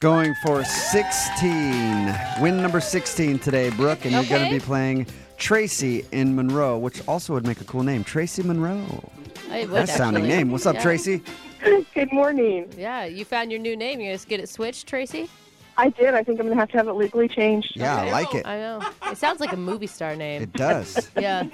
Going for 16. Win number 16 today, Brooke, and you're going Okay. to be playing Tracy in Monroe, which also would make a cool name. Tracy Monroe. It would That's a sounding actually. name. What's up, Yeah. Tracy? Good morning. Yeah, you found your new name. You're going to get it switched, Tracy? I did. I think I'm going to have to have it legally changed. Yeah, I like it. I know. It sounds like a movie star name. It does. Yeah.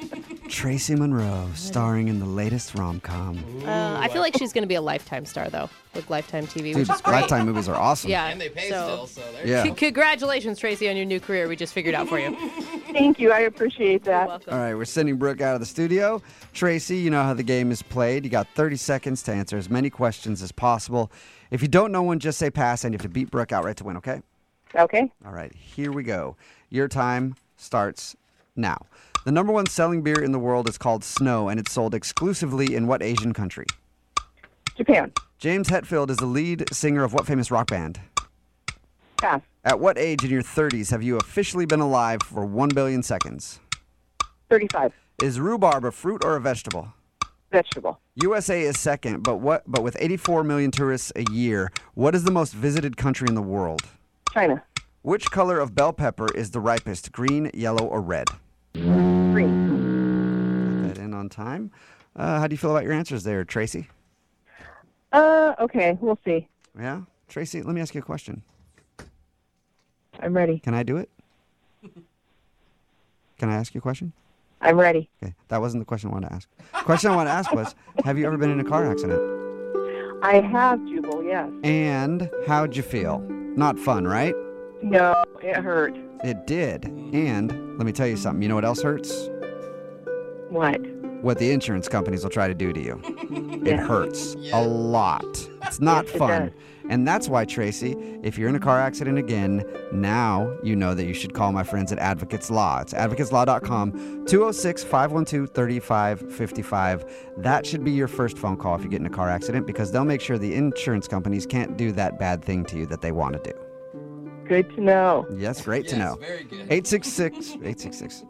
Tracy Monroe, starring in the latest rom com. Uh, I feel like she's going to be a Lifetime star, though, with Lifetime TV, Dude, which is great. lifetime movies are awesome. Yeah. And they pay so- still, so there Yeah. you C- congratulations, Tracy, on your new career. We just figured out for you. Thank you. I appreciate that. All right, we're sending Brooke out of the studio. Tracy, you know how the game is played. You got 30 seconds to answer as many questions as possible. If you don't know one, just say pass, and you have to beat Brooke outright to win, okay? Okay. All right, here we go. Your time starts now. The number one selling beer in the world is called Snow, and it's sold exclusively in what Asian country? Japan. James Hetfield is the lead singer of what famous rock band? Pass. At what age in your 30s have you officially been alive for 1 billion seconds? 35. Is rhubarb a fruit or a vegetable? Vegetable. USA is second, but what? But with 84 million tourists a year, what is the most visited country in the world? China. Which color of bell pepper is the ripest? Green, yellow, or red? Green. Got that in on time. Uh, how do you feel about your answers there, Tracy? Uh, okay. We'll see. Yeah, Tracy. Let me ask you a question. I'm ready. Can I do it? Can I ask you a question? I'm ready. Okay, that wasn't the question I wanted to ask. The question I wanted to ask was, have you ever been in a car accident? I have Jubal, yes. And how'd you feel? Not fun, right? No, it hurt. It did. And let me tell you something. You know what else hurts? What? what the insurance companies will try to do to you. It Yeah. hurts Yeah. a lot. It's not Yes, it fun. does. and that's why, Tracy, if you're in a car accident again, now you know that you should call my friends at Advocates Law. It's advocateslaw.com, 206 512 3555. That should be your first phone call if you get in a car accident because they'll make sure the insurance companies can't do that bad thing to you that they want to do. Good to know. Yes, great go. to Yes, know. Very good. 866 866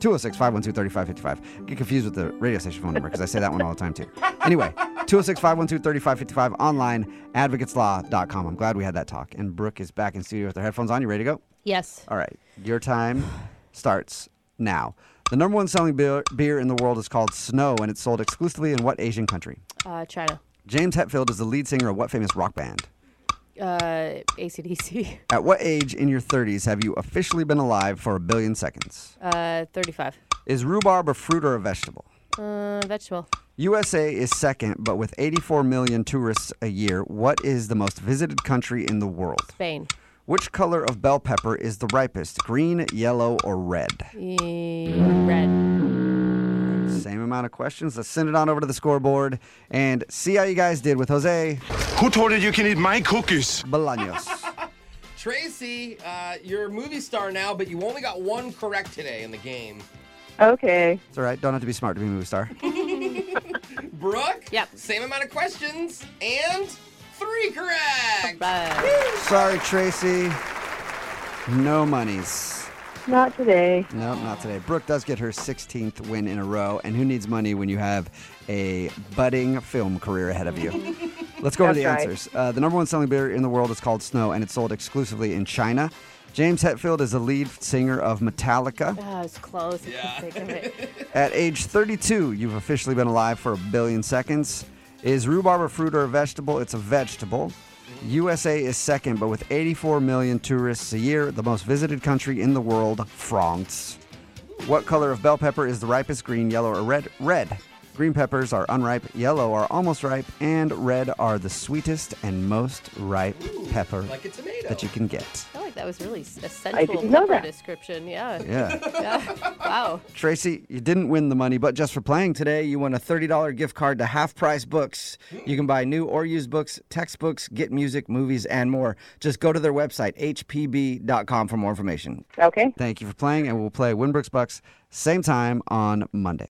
206 512 3555. Get confused with the radio station phone number because I say that one all the time too. Anyway, 206 512 3555 online, advocateslaw.com. I'm glad we had that talk. And Brooke is back in studio with her headphones on. You ready to go? Yes. All right. Your time starts now. The number one selling beer, beer in the world is called Snow, and it's sold exclusively in what Asian country? Uh, China. James Hetfield is the lead singer of what famous rock band? Uh, ACDC. At what age in your 30s have you officially been alive for a billion seconds? Uh, 35. Is rhubarb a fruit or a vegetable? Uh, vegetable. USA is second, but with 84 million tourists a year, what is the most visited country in the world? Spain. Which color of bell pepper is the ripest, green, yellow, or red? E- red. Same amount of questions. Let's send it on over to the scoreboard and see how you guys did with Jose Who told you you can eat my cookies? Bolaños. Tracy, uh, you're a movie star now, but you only got one correct today in the game. Okay. It's all right. Don't have to be smart to be a movie star. Brooke? Yep. Same amount of questions and three correct. Bye. Sorry, Tracy. No monies. Not today. Nope, not today. Brooke does get her 16th win in a row, and who needs money when you have a budding film career ahead of you? Let's go over the That's right. answers. Uh, the number one selling beer in the world is called Snow, and it's sold exclusively in China. James Hetfield is the lead singer of Metallica. Oh, it's close. I couldn't think of it. At age 32, you've officially been alive for a billion seconds. Is rhubarb a fruit or a vegetable? It's a vegetable. USA is second, but with 84 million tourists a year, the most visited country in the world, France. What color of bell pepper is the ripest green, yellow, or red? Red. Green peppers are unripe, yellow are almost ripe, and red are the sweetest and most ripe pepper Like a tomato. that you can get. I feel like that was really s- a I sensual didn't know pepper that. description. Yeah. Yeah. yeah. Wow. Tracy, you didn't win the money, but just for playing today, you won a $30 gift card to Half Price Books. You can buy new or used books, textbooks, get music, movies, and more. Just go to their website, hpb.com, for more information. Okay. Thank you for playing, and we'll play Winbrooks Bucks same time on Monday.